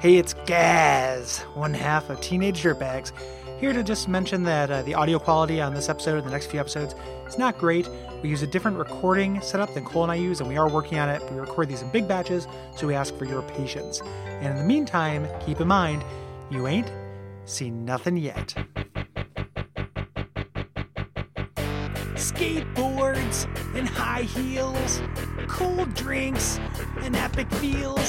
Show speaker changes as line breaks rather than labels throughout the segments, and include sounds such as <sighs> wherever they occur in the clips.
Hey, it's Gaz, one half of Teenage Dirtbags, here to just mention that uh, the audio quality on this episode and the next few episodes is not great. We use a different recording setup than Cole and I use, and we are working on it. We record these in big batches, so we ask for your patience. And in the meantime, keep in mind, you ain't seen nothing yet. skateboards and high heels, cold drinks and epic feels.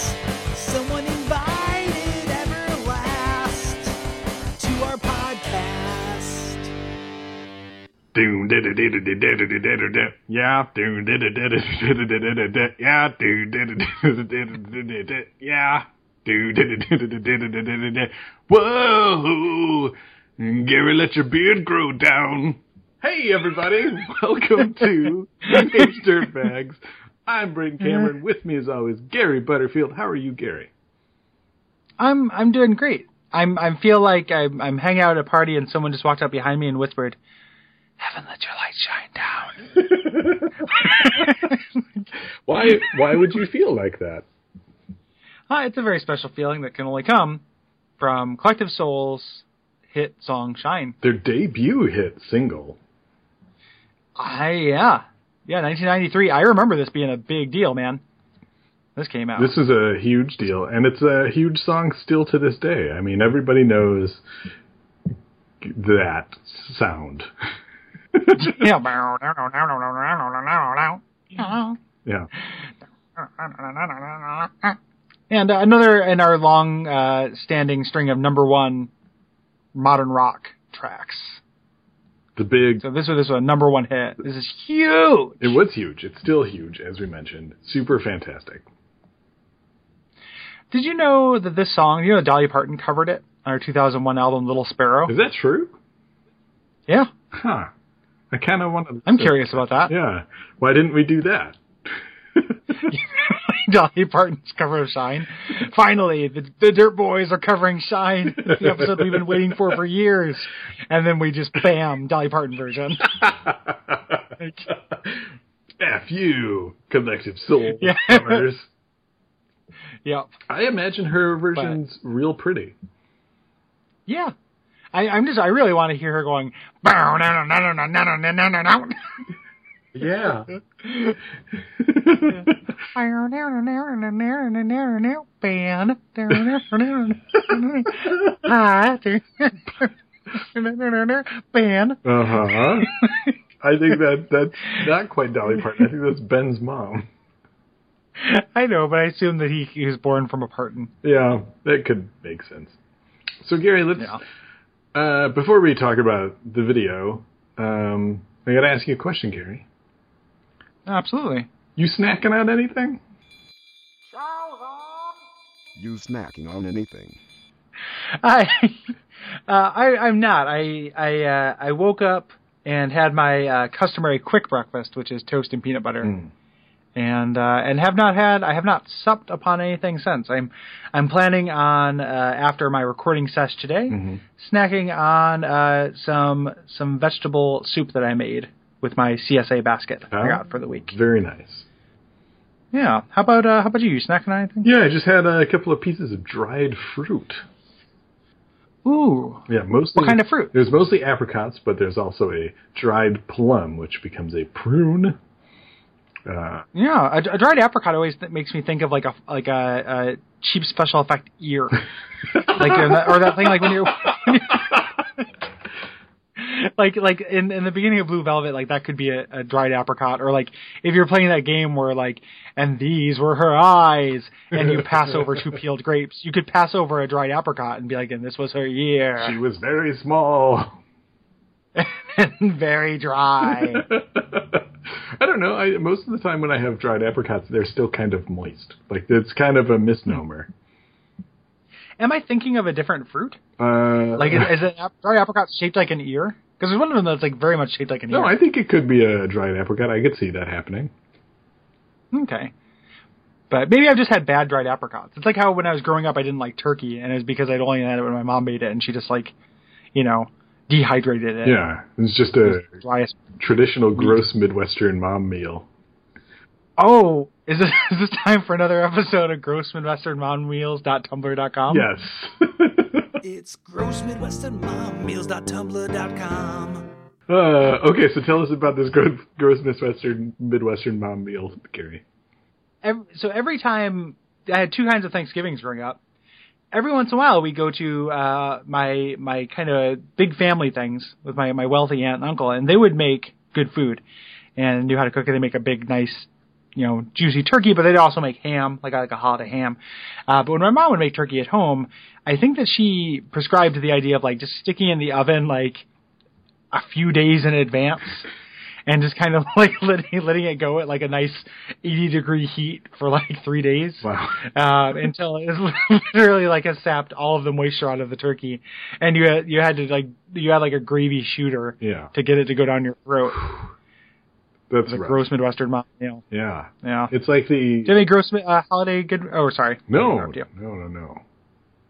Someone invited Everlast to our podcast.
Doom did it did it did it did it did yeah doom did it did it did it did it did yeah doom did it did it did it did it did yeah doom did it did it did it did it did whoa Gary let your beard grow down hey everybody welcome
<laughs>
to Teenage Dirtbags I'm Brent Cameron with me as always Gary Butterfield how are you Gary
I'm I'm doing great. I'm I feel like I'm I'm hanging out at a party and someone just walked up behind me and whispered, "Heaven, let your light shine down."
<laughs> Why why would you feel like that?
Uh, it's a very special feeling that can only come from Collective Souls hit song "Shine."
Their debut hit single.
I yeah. Yeah, 1993. I remember this being a big deal, man. This came out.
This <laughs> is a huge deal and it's a huge song still to this day. I mean, everybody knows that sound.
<laughs> yeah.
Yeah.
And uh, another in our long uh, standing string of number 1 modern rock tracks.
The big
So this was this was a number 1 hit. This is huge.
it was huge. It's still huge as we mentioned. Super fantastic.
Did you know that this song, you know Dolly Parton covered it on her 2001 album Little Sparrow?
Is that true?
Yeah.
Huh. I kind of want to
I'm curious about that.
Yeah. Why didn't we
<laughs>
do that?
Dolly Parton's cover of Shine. Finally, the, the Dirt Boys are covering Shine, the episode we've been waiting for for years. And then we just bam, Dolly Parton version.
F you, collective soul
Yeah.
drummers.
yep.
I imagine her version's real pretty.
Yeah. I, I'm just, I really want to hear her going, "Bow, na, na, na, na, na, na, na, na, na, na."
Yeah.
<laughs>
Uh-huh.
Bow, na, na, na, na, na, na, na, na, na, ban, da, na, na, na, na, na, hi, da, na, na, na, na, na, ban.
Uh huh. I think that that's not quite Dolly Parton. I think that's Ben's mom.
I know, but I assume that he, he was born from a Parton.
Yeah, that could make sense. So Gary, let's
Yeah.
uh, before we talk about the video, um, I got to ask you a question, Gary.
Absolutely.
You snacking on anything?
You snacking on anything?
<laughs> I, uh, I, I'm not. I, I, uh, I woke up and had my uh, customary quick breakfast, which is toast and peanut butter,
Mm.
and uh, and have not had. I have not supped upon anything since. I'm, I'm planning on uh, after my recording sesh today,
Mm-hmm.
snacking on uh, some some vegetable soup that I made with my CSA basket I
Oh.
got for the week.
Very nice.
Yeah. How about uh, how about you? You snacking on anything?
Yeah, I just had uh, a couple of pieces of dried fruit.
Ooh.
Yeah, mostly.
What kind of fruit?
There's mostly apricots, but there's also a dried plum, which becomes a prune. Uh,
Yeah, a, a dried apricot always th- makes me think of like a like a, a cheap special effect
<laughs>
ear, <laughs> like in that, or that thing like when you're, when
<laughs>
you're- like like in in the beginning of Blue Velvet, like that could be a, a dried apricot, or like if you're playing that game where like and these were her eyes, and you
<laughs>
pass over two peeled grapes, you could pass over a dried apricot and be like, and this was her
she
ear,
was very small.
<laughs> and very
<laughs>
dry.
I don't know. I, most of the time when I have dried apricots, they're still kind of moist. Like it's kind of a misnomer.
Am I thinking of a different fruit?
Uh,
Like, is, is an ap- dried apricot shaped like an ear? Because there's one of them that's like very much shaped like an
no, I
ear.
think it could be a dried apricot. I could see that happening.
okay. But maybe I've just had bad dried apricots. It's like how when I was growing up, I didn't like turkey, and it was because I'd only had it when my mom made it, and she just like, you know, dehydrated it.
Yeah, it's just a
Dry as-
traditional gross Midwestern mom meal.
Oh, is this, <laughs> is this time for another episode of grossmanwesternmonwheels.tumblr.com?
Yes. <laughs>
It's grossmidwesternmommeals.tumblr.com.
uh, okay, so tell us about this gross, gross Midwestern, Midwestern mom meal, Gary.
ev- so every time I had two kinds of Thanksgivings growing up. Every once in a while, we go to uh, my my kind of big family things with my my wealthy aunt and uncle, and they would make good food and knew how to cook it. They make a big, nice, you know, juicy turkey, but they'd also make ham, like a, like a holiday ham. Uh, but when my mom would make turkey at home, I think that she prescribed the idea of like just sticking in the oven like a few days in advance and just kind of <laughs> like letting, letting it go at like a nice 80 degree heat for like three days <laughs>
Wow.
um, until it <laughs> literally like has sapped all of the moisture out of the turkey and you had, you had to like you had like a gravy shooter
Yeah.
to get it to go down your
<sighs>
throat
That's
the
rough.
gross midwestern mom you know
Yeah.
yeah
It's like the.
do you have any gross uh, holiday good oh sorry
No,
Interrupt you.
no, no, no.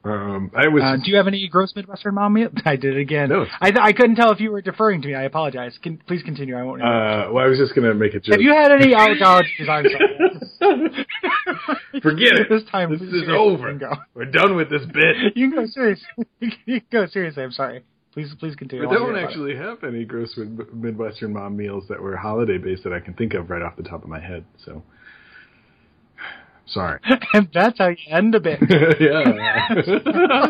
Um, I was.
Uh, do you have any gross Midwestern mom meal? <laughs> I did it again.
No.
I, I couldn't tell if you were deferring to me. I apologize. Can, please continue. I won't. interrupt.
uh, well, I was just gonna make a joke.
have you had
<laughs>
any? Oh, God, geez, I'm sorry.
Forget it.
This time
This
please
is
seriously,
over.
You can go.
We're done with this bit.
<laughs> <laughs> You can go seriously. <laughs> you can go seriously. I'm sorry. Please, please continue.
I
I wanna
don't
hear about it.
actually have any gross Mid- Midwestern mom meals that were holiday based that I can think of right off the top of my head. So, <sighs> sorry. <laughs>
And <laughs> that's how you end a bit. <laughs>
yeah.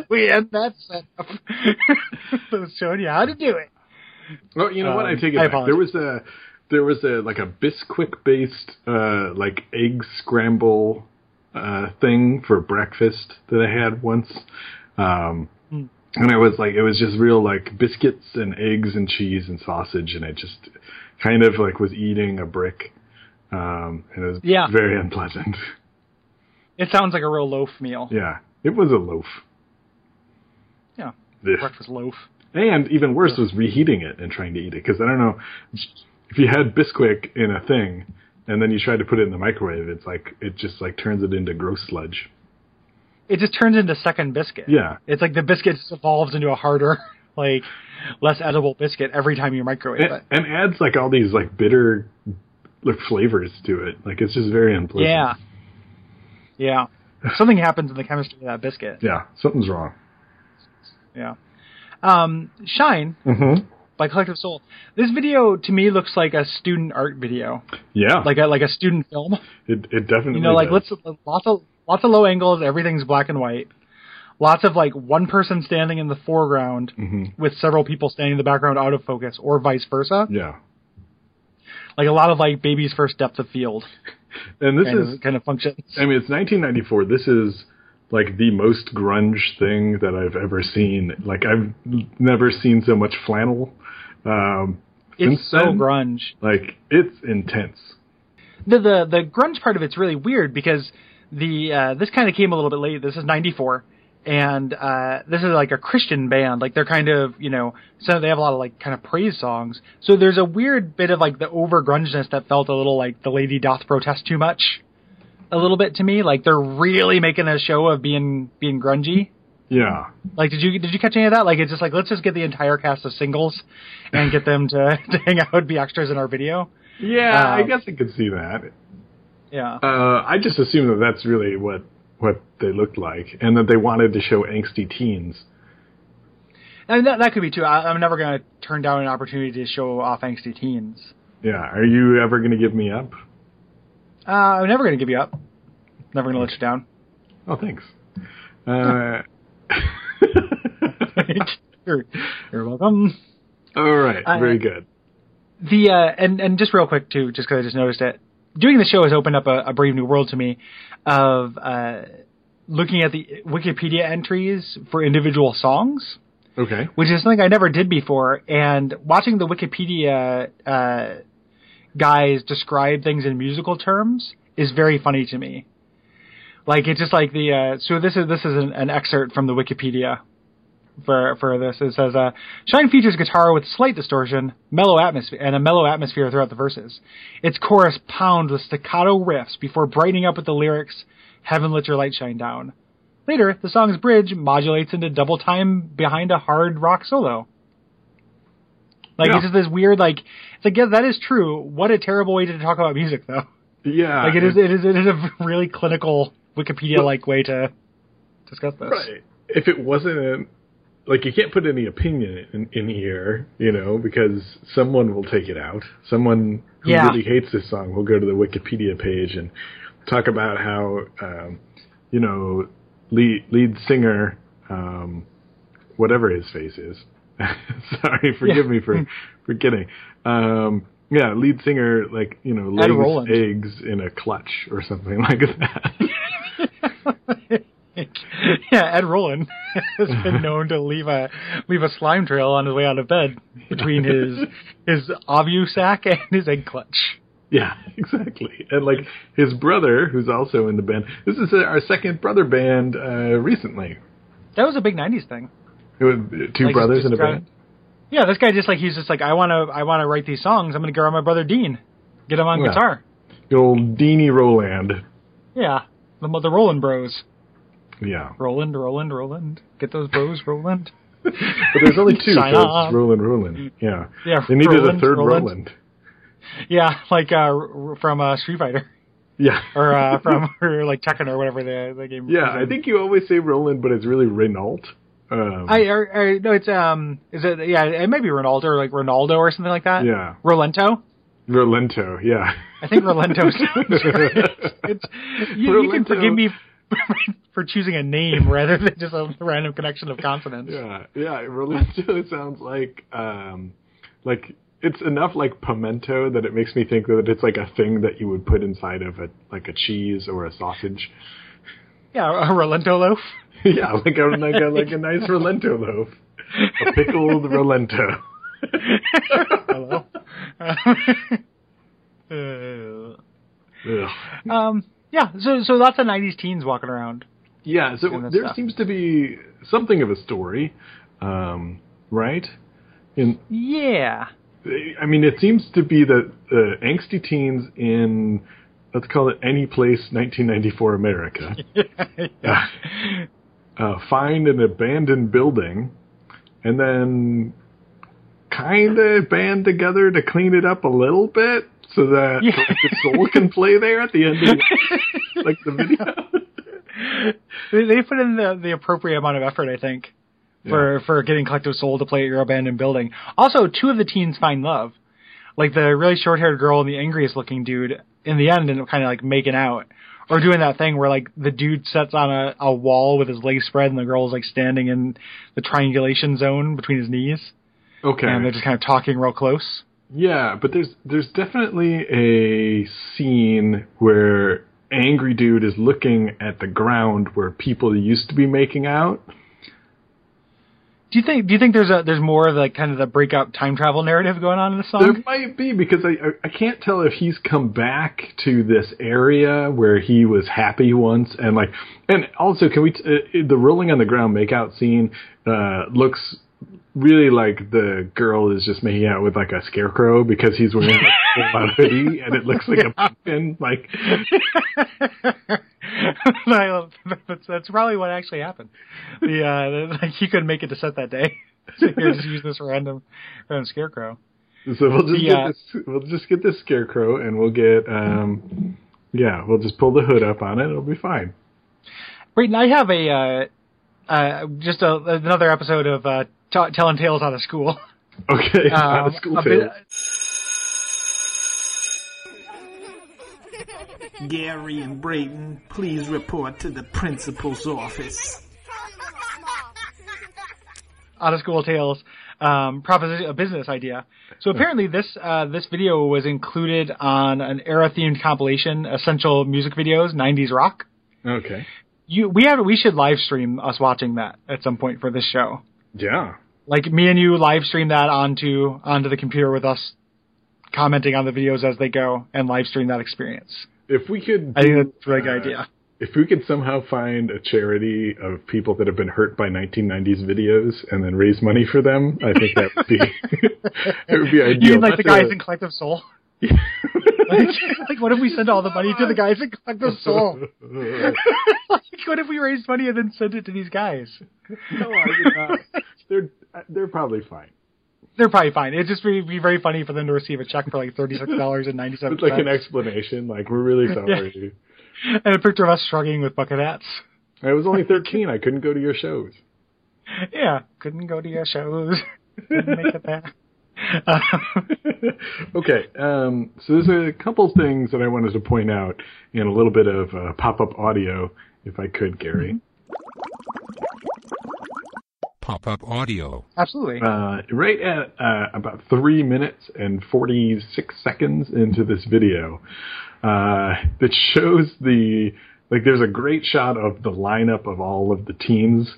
we end that <laughs> setup. so showing you how to do it.
well, you know what? I
Um,
take it
I apologize.
back. There was a there was a like a Bisquick based uh, like egg scramble uh, thing for breakfast that I had once. Um,
Hmm.
and it was like it was just real like biscuits and eggs and cheese and sausage and I just kind of like was eating a brick um and it was
Yeah.
very unpleasant <laughs>
It sounds like a real loaf meal.
yeah it was a loaf
Yeah.
Ugh.
Breakfast loaf.
And even worse was reheating it and trying to eat it because I don't know if you had Bisquick in a thing and then you tried to put it in the microwave, it's like it just like turns it into gross sludge.
It just turns into second biscuit.
Yeah,
It's like the biscuit just evolves into a harder, <laughs> like less edible biscuit every time you microwave
and,
it.
and adds like all these like bitter like, flavors to it. Like it's just very unpleasant.
Yeah. Yeah. Something happens in the chemistry of that biscuit.
yeah, something's wrong.
Yeah. Um, Shine
Mm-hmm.
by Collective Soul. This video to me looks like a student art video,
Yeah,
like a like a student film.
it it definitely
You know, like
does.
let's lots of lots of low angles. Everything's black and white. Lots of like one person standing in the foreground
Mm-hmm.
with several people standing in the background out of focus, or vice versa.
yeah,
Like a lot of like baby's first depth of field
and this
kind
is
of, kind of functions.
I mean, it's 1994. This is like the most grunge thing that I've ever seen. Like I've never seen so much flannel. Um,
It's
since
so
then,
grunge.
Like it's intense.
The, the the grunge part of it's really weird because the uh, this kind of came a little bit late. This is '94, and uh, this is like a Christian band. Like they're kind of you know so they have a lot of like kind of praise songs. So there's a weird bit of like the over grunginess that felt a little like the lady doth protest too much, a little bit to me. Like they're really making a show of being being grungy.
Yeah.
Like did you did you catch any of that? Like it's just like let's just get the entire cast of singles and get them to, <laughs> to hang out and be extras in our video.
Yeah, Uh, I
Um,
guess I could see that.
Yeah.
Uh, I just assume that that's really what what they looked like, and that they wanted to show angsty teens.
I mean, that, that could be too. I, I'm never going to turn down an opportunity to show off angsty teens.
Yeah. Are you ever going to give me up?
Uh, I'm never going to give you up. Never going to let you down.
Oh, thanks.
<laughs>
Uh,
you're, you're welcome.
<laughs> all right.
I-
very good.
The uh, and and just real quick too, just because I just noticed it. Doing the show has opened up a, a brave new world to me, of uh, looking at the Wikipedia entries for individual songs.
Okay.
which is something I never did before. And watching the Wikipedia uh, guys describe things in musical terms is very funny to me. Like it's just like the uh, so this is this is an, an excerpt from the Wikipedia for for this. It says uh, Shine features guitar with slight distortion, mellow atmosphere, and a mellow atmosphere throughout the verses. Its chorus pounds with staccato riffs before brightening up with the lyrics, "Heaven let your light shine down." Later, the song's bridge modulates into double time behind a hard rock solo. Like
Yeah.
it's just this weird like it's like yeah that is true. What a terrible way to talk about music though.
Yeah,
Like it is,
it's-
it is, it is a really clinical Wikipedia-like way to discuss this.
right. If it wasn't like you can't put any opinion in, in here, you know, because someone will take it out. Someone who
Yeah.
really hates this song will go to the Wikipedia page and talk about how um, you know lead lead singer um, whatever his face is. <laughs> Sorry, forgive
Yeah. <laughs>
me for forgetting. Um, yeah, lead singer like you know lays
Roland.
eggs in a clutch or something <laughs> like that.
<laughs> yeah, Ed Roland <laughs> has been known to leave a leave a slime trail on his way out of bed between his his ovu sac and his egg clutch.
Yeah, <laughs> exactly. And like his brother, who's also in the band. This is uh, our second brother band uh, recently.
That was a big '90s thing.
It was two
Like,
brothers
just
in a
trying-
band.
Yeah, this guy just like he's just like I want to I want to write these songs. I'm going to go on my brother Dean, get him on
Yeah.
guitar.
Good old Deanie Roland.
Yeah, the the Roland Bros.
Yeah, <laughs>
Roland, Roland, Roland. Get those bros, Roland.
but there's only two. so
Sign off.
it's Roland, Roland. Yeah,
Yeah,
They needed
Roland,
a third
Roland.
Roland.
Yeah, <laughs> like uh, r- from uh, Street Fighter <laughs>
Yeah.
or uh, from or like Tekken or whatever the the game.
<laughs> yeah,
was
I
in.
think you always say Roland, but it's really Renault. Um,
I, or, or no, it's um, is it yeah? It might be Ronaldo or like Ronaldo or something like that.
Yeah.
Rolento.
Rolento. Yeah.
<laughs> I think Rolento
<laughs>
sounds right. It's, you, you can
Rolento.
forgive me <laughs> for choosing a name rather than just a random connection of consonants.
Yeah, yeah. <laughs> Rolento sounds like um, like it's enough like pimento that it makes me think that it's like a thing that you would put inside of a like a cheese or a sausage. <laughs>
Yeah, a Rolento loaf.
yeah, like a like a like a nice Rolento loaf, a pickled Rolento.
Hello. <laughs> Uh,
Ugh.
um. Yeah. So so lots of '90s teens walking around.
Yeah, so
that's
there
tough.
seems to be something of a story, um, right? In
Yeah.
I mean, it seems to be that uh, angsty teens in let's call it any place 1994
<laughs>
America uh, find an abandoned building and then kind of band together to clean it up a little bit so that
Yeah.
the soul can play there at the end of like
<laughs>
the video.
They, they put in the, the appropriate amount of effort, I think, for for getting Collective Soul to play at your abandoned building. Also, two of the teens find love, like the really short haired girl and the angriest looking dude. In the end, end up kind of like making out or doing that thing where like the dude sits on a, a wall with his legs spread and the girl's like standing in the triangulation zone between his knees,
Okay.
and they're just kind of talking real close.
Yeah, but there's there's definitely a scene where angry dude is looking at the ground where people used to be making out.
Do you think? Do you think there's a there's more of like kind of the breakup time travel narrative going on in the
There
song?
might be because I I- I can't tell if he's come back to this area where he was happy once and like and also can we t- uh, the rolling on the ground makeout scene uh, looks really like the girl is just making out with like a scarecrow because he's wearing like, a full-on hoodie and it looks like a pumpkin like
Well, that's, that's probably what actually happened. The, uh, the- like he couldn't make it to set that day, <laughs> so he just used this random, random scarecrow.
So we'll just
Yeah.
get this we'll just get this scarecrow and we'll get um yeah, we'll just pull the hood up on it, it'll be fine. <laughs>
Brayton, I have a uh, uh, just a, another episode of uh, t- telling tales out of school. <laughs>
Okay. out of
Um,
school
a bit-
tale.
Gary and Brayton, please report to the principal's office.
out of school tales um, proposition, a business idea. So apparently, this uh, this video was included on an era themed compilation, essential music videos, '90s rock.
Okay.
You, we have we should live stream us watching that at some point for this show.
Yeah.
Like me and you live stream that onto onto the computer with us commenting on the videos as they go and live stream that experience.
If we could
I think
do,
that's a really
uh,
good idea.
If we could somehow find a charity of people that have been hurt by 1990s videos and then raise money for them, I think that would be <laughs> it would be ideal.
You mean like
Not
the guys
to-
in Collective Soul? <laughs> Like, like, what if we send all the money to the guys in Collective Soul?
<laughs>
like, what if we raised money and then send it to these guys?
no, I would not. They're they're probably fine.
<laughs> they're probably fine. It'd just be, be very funny for them to receive a check for like thirty six dollars and ninety seven
It's like an
cents
explanation. Like
<laughs>
we're really sorry.
and a picture of us shrugging with bucket hats.
I was only thirteen. I couldn't go to your shows.
Yeah, couldn't go to your shows. <laughs> couldn't make it there. Um,
<laughs> okay, um, so there's a couple things that I wanted to point out and a little bit of uh, pop-up audio, if I could, Gary.
Pop up audio.
absolutely.
uh, right at uh, about three minutes and 46 seconds into this video uh, that shows the like there's a great shot of the lineup of all of the teams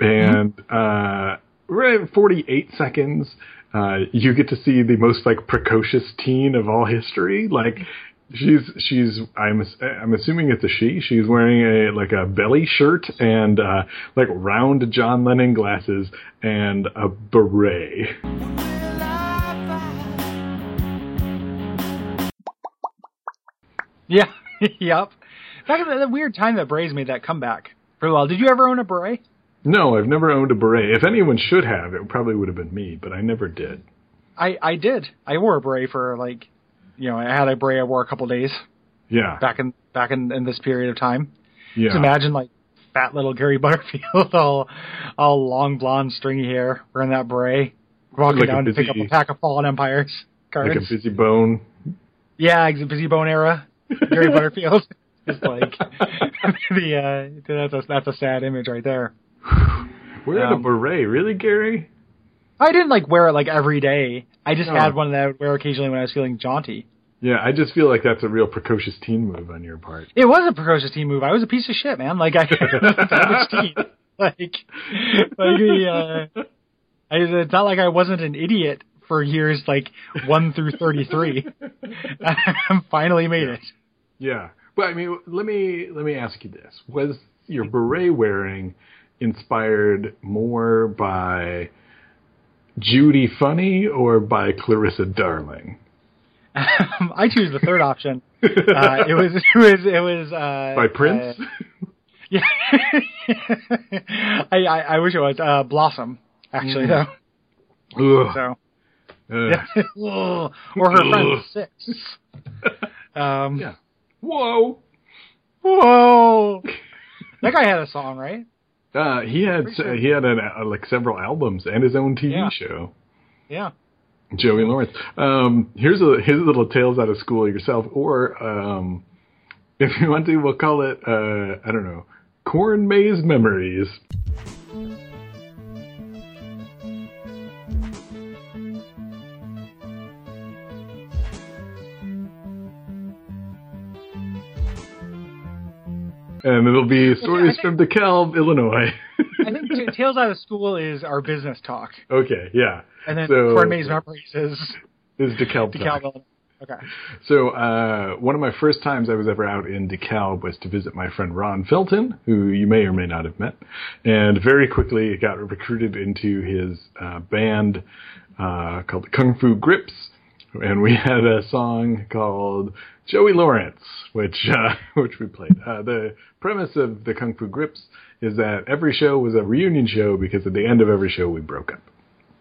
and uh, right at 48 seconds uh, you get to see the most like precocious teen of all history like she's she's i'm ass- i'm assuming it's a she she's wearing a like a belly shirt and uh like round john lennon glasses and a beret
Yeah. <laughs> yep. Back at that weird time that Braves made that comeback for a while. Did you ever own a beret?
no i've never owned a beret if anyone should have it probably would have been me but i never did
I I did. I wore a beret for like, you know, I had a beret I wore a couple days
yeah
back in back in, in this period of time. Just
yeah
imagine like fat little Gary <laughs> Butterfield, all all long blonde stringy hair, wearing that beret, walking
Like a
down to pick up
busy-
a pack of Fallen Empires cards.
<laughs> like a busy bone
Yeah, ex- busy bone era.
<laughs>
Gary Butterfield. <laughs> Just like the uh, that's a that's a sad image right there.
wearing a
Um,
beret really gary
I didn't like wear it like every day. I just
No.
had one that I would wear occasionally when I was feeling jaunty.
yeah i just feel like that's a real precocious teen move on your
<laughs>
part
It was a precocious team move. I was a piece of shit, man. Like I
<laughs>
was teen. Like like the uh I, it's not like I wasn't an idiot for years like one through thirty <laughs> three. I finally made it.
Yeah, but I mean, let me let me ask you this: Was your beret wearing inspired more by Judy Funny or by Clarissa Darling?
Um, I choose the third
<laughs>
option. Uh, it was it was it was uh,
By Prince? <laughs>
uh, <laughs> yeah, I, I I wish it was uh, Blossom actually
Mm. Ugh,
though.
ugh.
So Ugh. or her friend Six.
<laughs>
Um,
Yeah. Whoa!
Whoa, that guy had a song right?
Uh, he had
Pretty sure-
he had an, uh, like several albums and his own TV
Yeah.
show.
Yeah.
Joey Lawrence. Um, here's a here's a little tales out of school yourself, or um, if you want to, we'll call it uh, I don't know, corn maze memories. And it'll be stories
think-
from DeKalb, Illinois. <laughs>
I think Ta- Tales Out of School is our business talk,
okay, yeah.
and then
So-
Corn Maze Memories is
This is DeKalb. talk.
DeKalb. Okay.
So uh, one of my first times I was ever out in DeKalb was to visit my friend Ron Felton, who you may or may not have met, and very quickly got recruited into his uh, band uh, called the Kung Fu Grips, and we <laughs> had a song called Joey Lawrence, which uh, <laughs> which we played. Uh, the premise of the Kung Fu Grips is that every show was a reunion show because at the end of every show we broke up.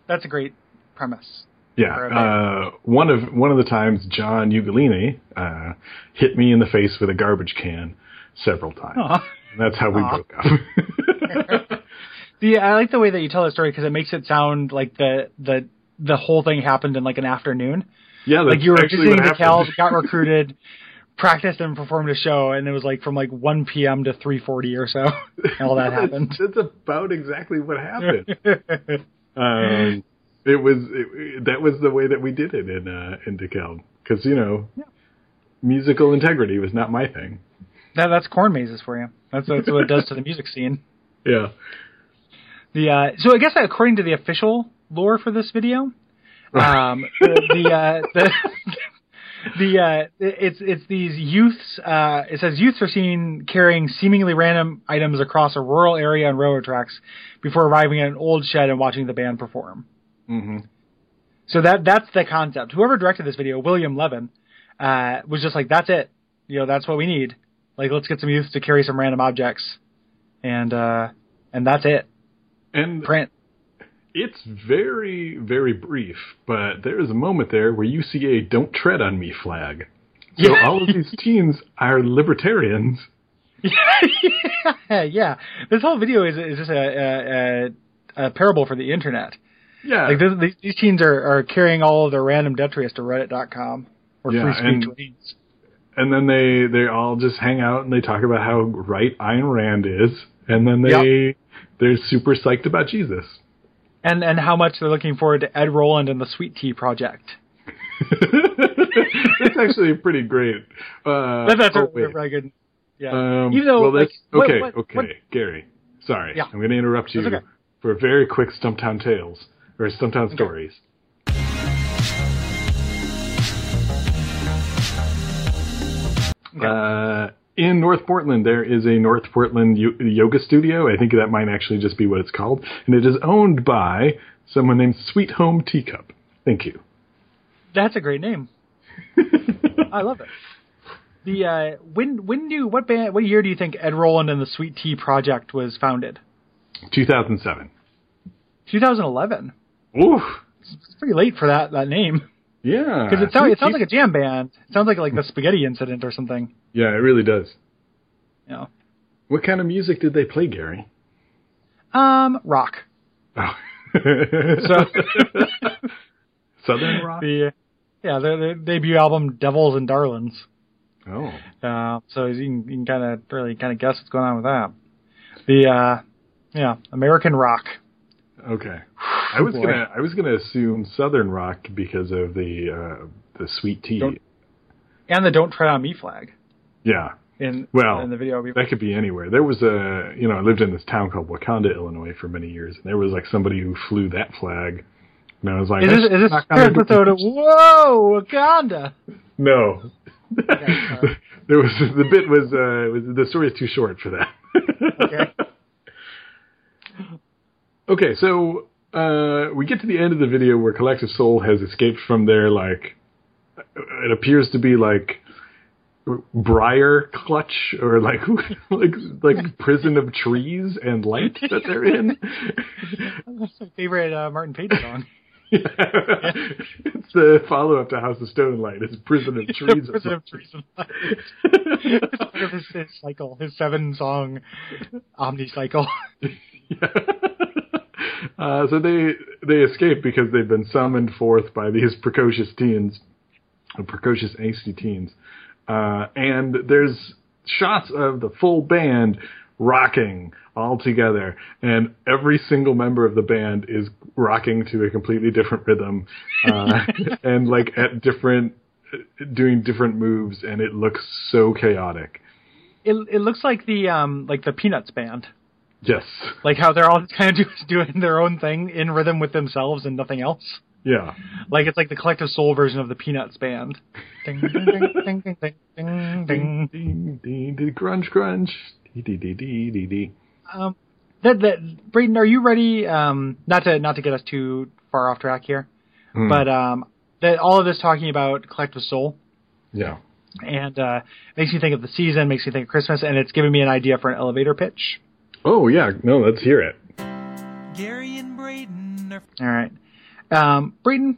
That's a great premise. <laughs> for a
Yeah, uh, one of one of the times John Ugolini uh, hit me in the face with a garbage can several times.
Oh,
And That's how we broke up. <laughs>
The I like the way that you tell the story because it makes it sound like the the the whole thing happened in like an afternoon.
yeah, that's
Like you were
actually
visiting
what
the
happened.
Calves, got recruited, practiced and performed a show, and it was like from like 1 p.m. to 3:40 or so. and All
<laughs>
that happened.
That's about exactly
<laughs>
what happened. um, it was it, that was the way that we did it in uh, in DeKalb because you know musical integrity was not my thing.
That, that's corn mazes for you. That's that's what it does to the music scene.
Yeah,
The uh, so I guess according to the official lore for this video, um, the the, uh, the the <laughs> uh, it's it's these youths. Uh, it says youths are seen carrying seemingly random items across a rural area on railroad tracks before arriving at an old shed and watching the band perform.
Mhm.
So that that's the concept. Whoever directed this video, William Levin, uh, was just like, "That's it. You know, that's what we need. Like, let's get some youths to carry some random objects, and uh, and that's it.
and
Print."
It's very, very brief, but there is a moment there where you see a "Don't Tread on Me" flag. So all of these teens are libertarians.
yeah, <laughs> yeah. This whole video is is just a, a, a, a parable for the internet.
Yeah,
Like this, these, these teens are, are carrying all of their random detritus to Reddit.com or
Yeah,
free
and-
speech lanes.
and then they they all just hang out and they talk about how right Ayn Rand is, and then they they're super psyched about Jesus. <laughs>
and and how much they're looking forward to Ed Roland and the Sweet Tea Project.
that's actually pretty great. Uh,
That- that's
oh,
a
wait.
very good. Yeah,
Um,
even though
well, that's
like, what-
okay,
what-
okay,
what-
Gary. Sorry,
Yeah.
I'm going to interrupt you
That's okay.
for a very quick Stumptown Tales or Stumptown Stories.
Okay.
Uh, in North Portland, there is a North Portland yo- yoga studio. I think that might actually just be what it's called, and it is owned by someone named Sweet Home Teacup. Thank you.
that's a great name. I love it. The uh, when when do what band what year do you think Ed Roland and the Sweet Tea Project was founded?
<laughs> 2007.
2011.
Oof.
It's pretty late for that that name
Yeah.
because it sounds it sounds like a jam band. It sounds like like the Spaghetti Incident or something.
Yeah, it really does.
You know,
What kind of music did they play, Gary?
um, rock.
<laughs> Oh.
So
Southern rock.
the yeah their, their debut album Devils and Darlings.
Oh,
Uh, so you can, you can kind of really kind of guess what's going on with that. The uh, yeah, American rock.
okay. I was
Boy.
gonna I was gonna assume Southern rock because of the uh, the sweet tea.
Don't- and the "Don't Tread on Me" flag
Yeah.
in
Well,
in the video. we-
That could be anywhere. There was a you know I lived in this town called Wakanda, Illinois, for many years, and there was like somebody who flew that flag, and I was like,
Is this
"That's
is this
not gonna
Chris
be-"
Method? Whoa, Wakanda!
No.
sorry.
<laughs> there was the bit was uh was, the story is too short for that.
Okay.
<laughs> Okay, so uh we get to the end of the video where Collective Soul has escaped from their like it appears to be like briar clutch or like <laughs> like
<laughs>
like prison of trees and light that they're in. <laughs>
That's my favorite uh, Martin Pate song.
It's the follow up to House of Stone and Light. It's prison of trees.
Prison of Trees <laughs> and Light. It's part of his, his cycle, his seven song omni cycle.
<laughs> uh, so they they escape because they've been summoned forth by these precocious teens, or precocious angsty teens, uh, and there's shots of the full band rocking all together, and every single member of the band is rocking to a completely different rhythm, uh, and like at different doing different moves, and it looks so chaotic.
It it looks like the um like the Peanuts band,
Yes.
like how they're all <laughs> kind of just doing their own thing in rhythm with themselves and nothing else.
Yeah.
Like it's like the collective soul version of the Peanuts band. Ding, ding, ding, ding, ding, ding, ding, ding.
Ding, ding, ding, grunge, grunge. Dee, dee, dee, dee, dee, dee.
Um, that that Braden, are you ready? Um, not to not to get us too far off track here, but um, that all of this talking about collective soul
Yeah.
and uh, makes me think of the season, makes me think of Christmas, and it's given me an idea for an elevator pitch.
Oh, yeah. No, let's hear it.
Gary and Braden are
All right, um, Braden,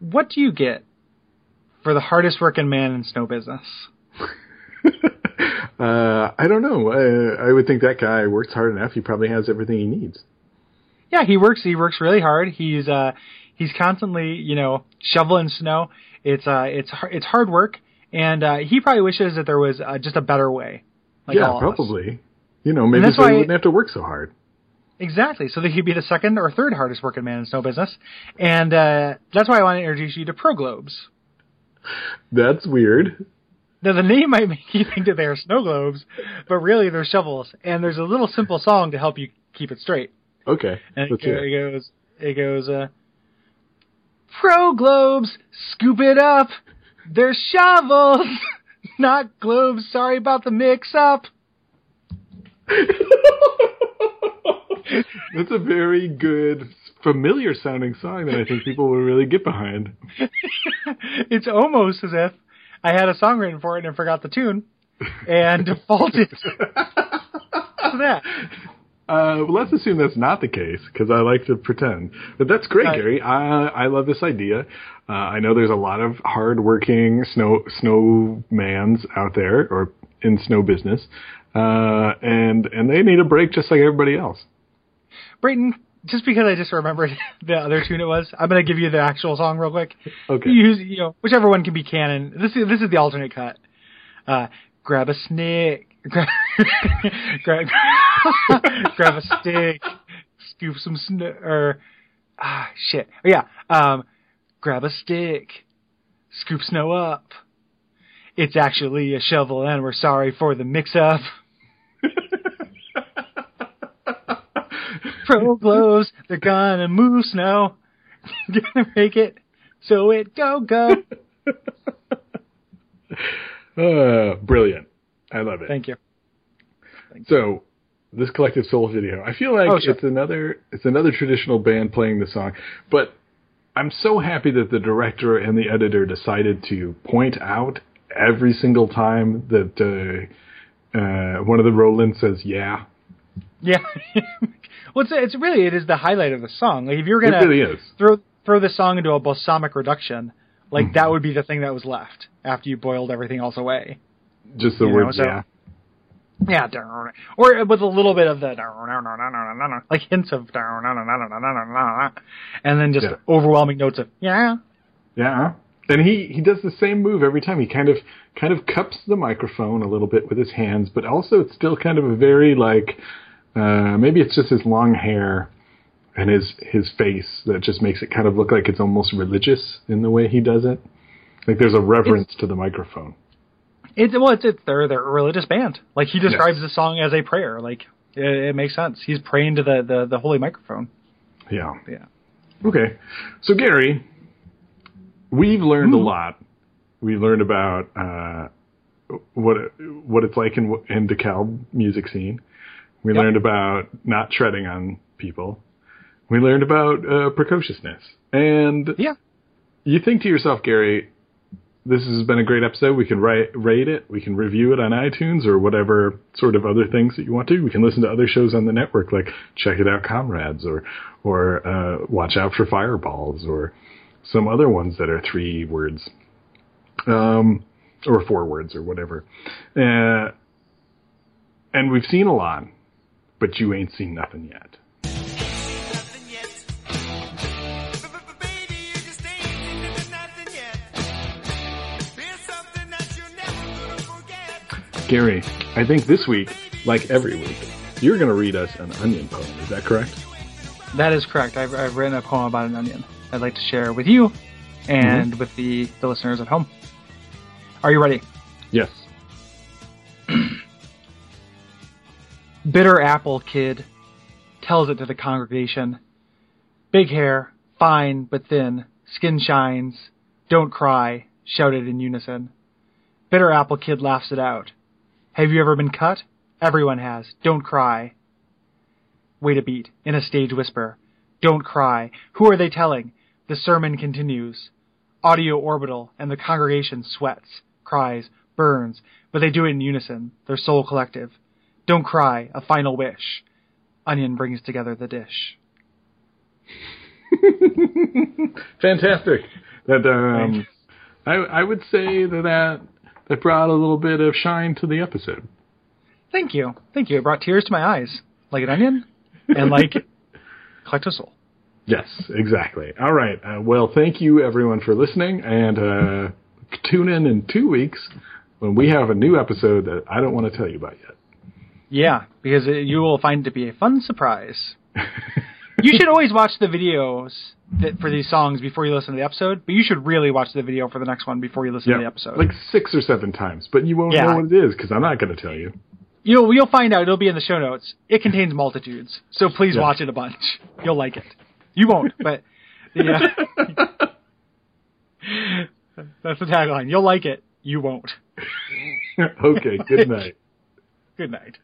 what do you get for the hardest working man in snow business?
Uh, I don't know. I, I would think that guy works hard enough. He probably has everything he needs.
yeah, he works. He works really hard. He's uh, he's constantly, you know, shoveling snow. It's uh, it's har- it's hard work, and uh, he probably wishes that there was uh, just a better way. Like
yeah,
all of us.
probably. You know, maybe
that's
they
why-
wouldn't have to work so hard.
Exactly. So that he'd be the second or third hardest working man in snow business, and uh, that's why I want to introduce you to Pro Globes.
That's weird.
Now the name might make you think that they are snow globes, but really they're shovels. And there's a little simple song to help you keep it straight.
Okay.
And it,
let's
go,
hear
it
it.
goes, it goes, uh, Pro globes, scoop it up. They're shovels, <laughs> not globes. Sorry about the mix up.
<laughs> That's a very good, familiar sounding song that I think people will really get behind.
It's almost as if I had a song written for it and forgot the tune and defaulted to that.
Uh, well, let's assume that's not the case because I like to pretend. But that's great,
Right.
Gary. I I love this idea. Uh, I know there's a lot of hardworking snow snowmans out there or in snow business, uh, and and they need a break just like everybody else.
Brayton, just because I just remembered <laughs> the other tune it was, I'm gonna give you the actual song real quick.
Okay.
You Use you know whichever one can be canon. This is this is the alternate cut. Uh, grab a snake. <laughs> Grab, grab, <laughs> grab a stick. Scoop some snow. Or ah shit. Oh, yeah. Um, grab a stick. Scoop snow up. It's actually a shovel, and we're sorry for the mix-up. Pro blows, they're gonna move snow. <laughs> gonna make it so it don't
<laughs>
go.
Uh, brilliant. I love it.
Thank you.
So this collective soul video, I feel like
Oh, sure.
it's another it's another traditional band playing the song, but I'm so happy that the director and the editor decided to point out every single time that uh, uh, one of the Roland says yeah.
Yeah. <laughs> well, it's, it's really it is the highlight of the song. Like if you're
It
gonna
really is.
throw throw the song into a balsamic reduction, like
Mm-hmm.
that would be the thing that was left after you boiled everything else away.
Just the
You know,
word
so-
yeah.
Yeah, darn. or with a little bit of the darn, darn, darn, darn, darn, darn, like hints of darn, darn, darn, darn, darn, darn, darn, and then just
Yeah.
overwhelming notes of yeah.
Yeah. And he, he does the same move every time. He kind of kind of cups the microphone a little bit with his hands, but also it's still kind of a very like uh, maybe it's just his long hair and his his face that just makes it kind of look like it's almost religious in the way he does it. Like there's a reverence to the microphone.
It's well, it's, it's they're they're a religious band. Like he describes the song as a prayer. Like it, it makes sense. He's praying to the, the the holy microphone.
Yeah.
Yeah.
Okay. So Gary, we've learned a lot. We learned about uh, what what it's like in in DeKalb music scene. We learned about not treading on people. We learned about uh, precociousness. And
Yeah.
you think to yourself, Gary, this has been a great episode. We can ri rate it. We can review it on iTunes or whatever sort of other things that you want to. We can listen to other shows on the network, like Check It Out, Comrades, or or uh, Watch Out for Fireballs, or some other ones that are three words, um, or four words, or whatever. Uh, and we've seen a lot, but you ain't seen nothing yet. Gary, I think this week, like every week, you're going to read us an onion poem. Is that correct?
That is correct. I've, I've written a poem about an onion. I'd like to share with you and with the, the listeners at home. Are you ready?
Yes.
Bitter apple kid tells it to the congregation. Big hair, fine but thin, skin shines, don't cry, shouted in unison. Bitter apple kid laughs it out. Have you ever been cut? Everyone has. Don't cry. Wait a beat, in a stage whisper. Don't cry. Who are they telling? The sermon continues. Audio orbital, and the congregation sweats, cries, burns, but they do it in unison, their soul collective. Don't cry, a final wish. Onion brings together the dish.
Fantastic. That um, I I would say that, that that brought a little bit of shine to the episode.
Thank you. Thank you. It brought tears to my eyes, like an onion and like collective soul.
Yes, exactly. All right. Uh, well, thank you everyone for listening, and uh, tune in in two weeks when we have a new episode that I don't want to tell you about yet.
Yeah, because it, you will find it to be a fun surprise. you should always watch the videos that, for these songs before you listen to the episode, but you should really watch the video for the next one before you listen to the episode.
like six or seven times, but you won't
Yeah.
know what it is because I'm not going to tell <laughs> you.
you'll you'll find out. It'll be in the show notes. It contains multitudes, so please
Yeah.
watch it a bunch. You'll like it. You won't, but yeah. <laughs> That's the tagline. You'll like it. You won't.
okay. Good night.
Good night.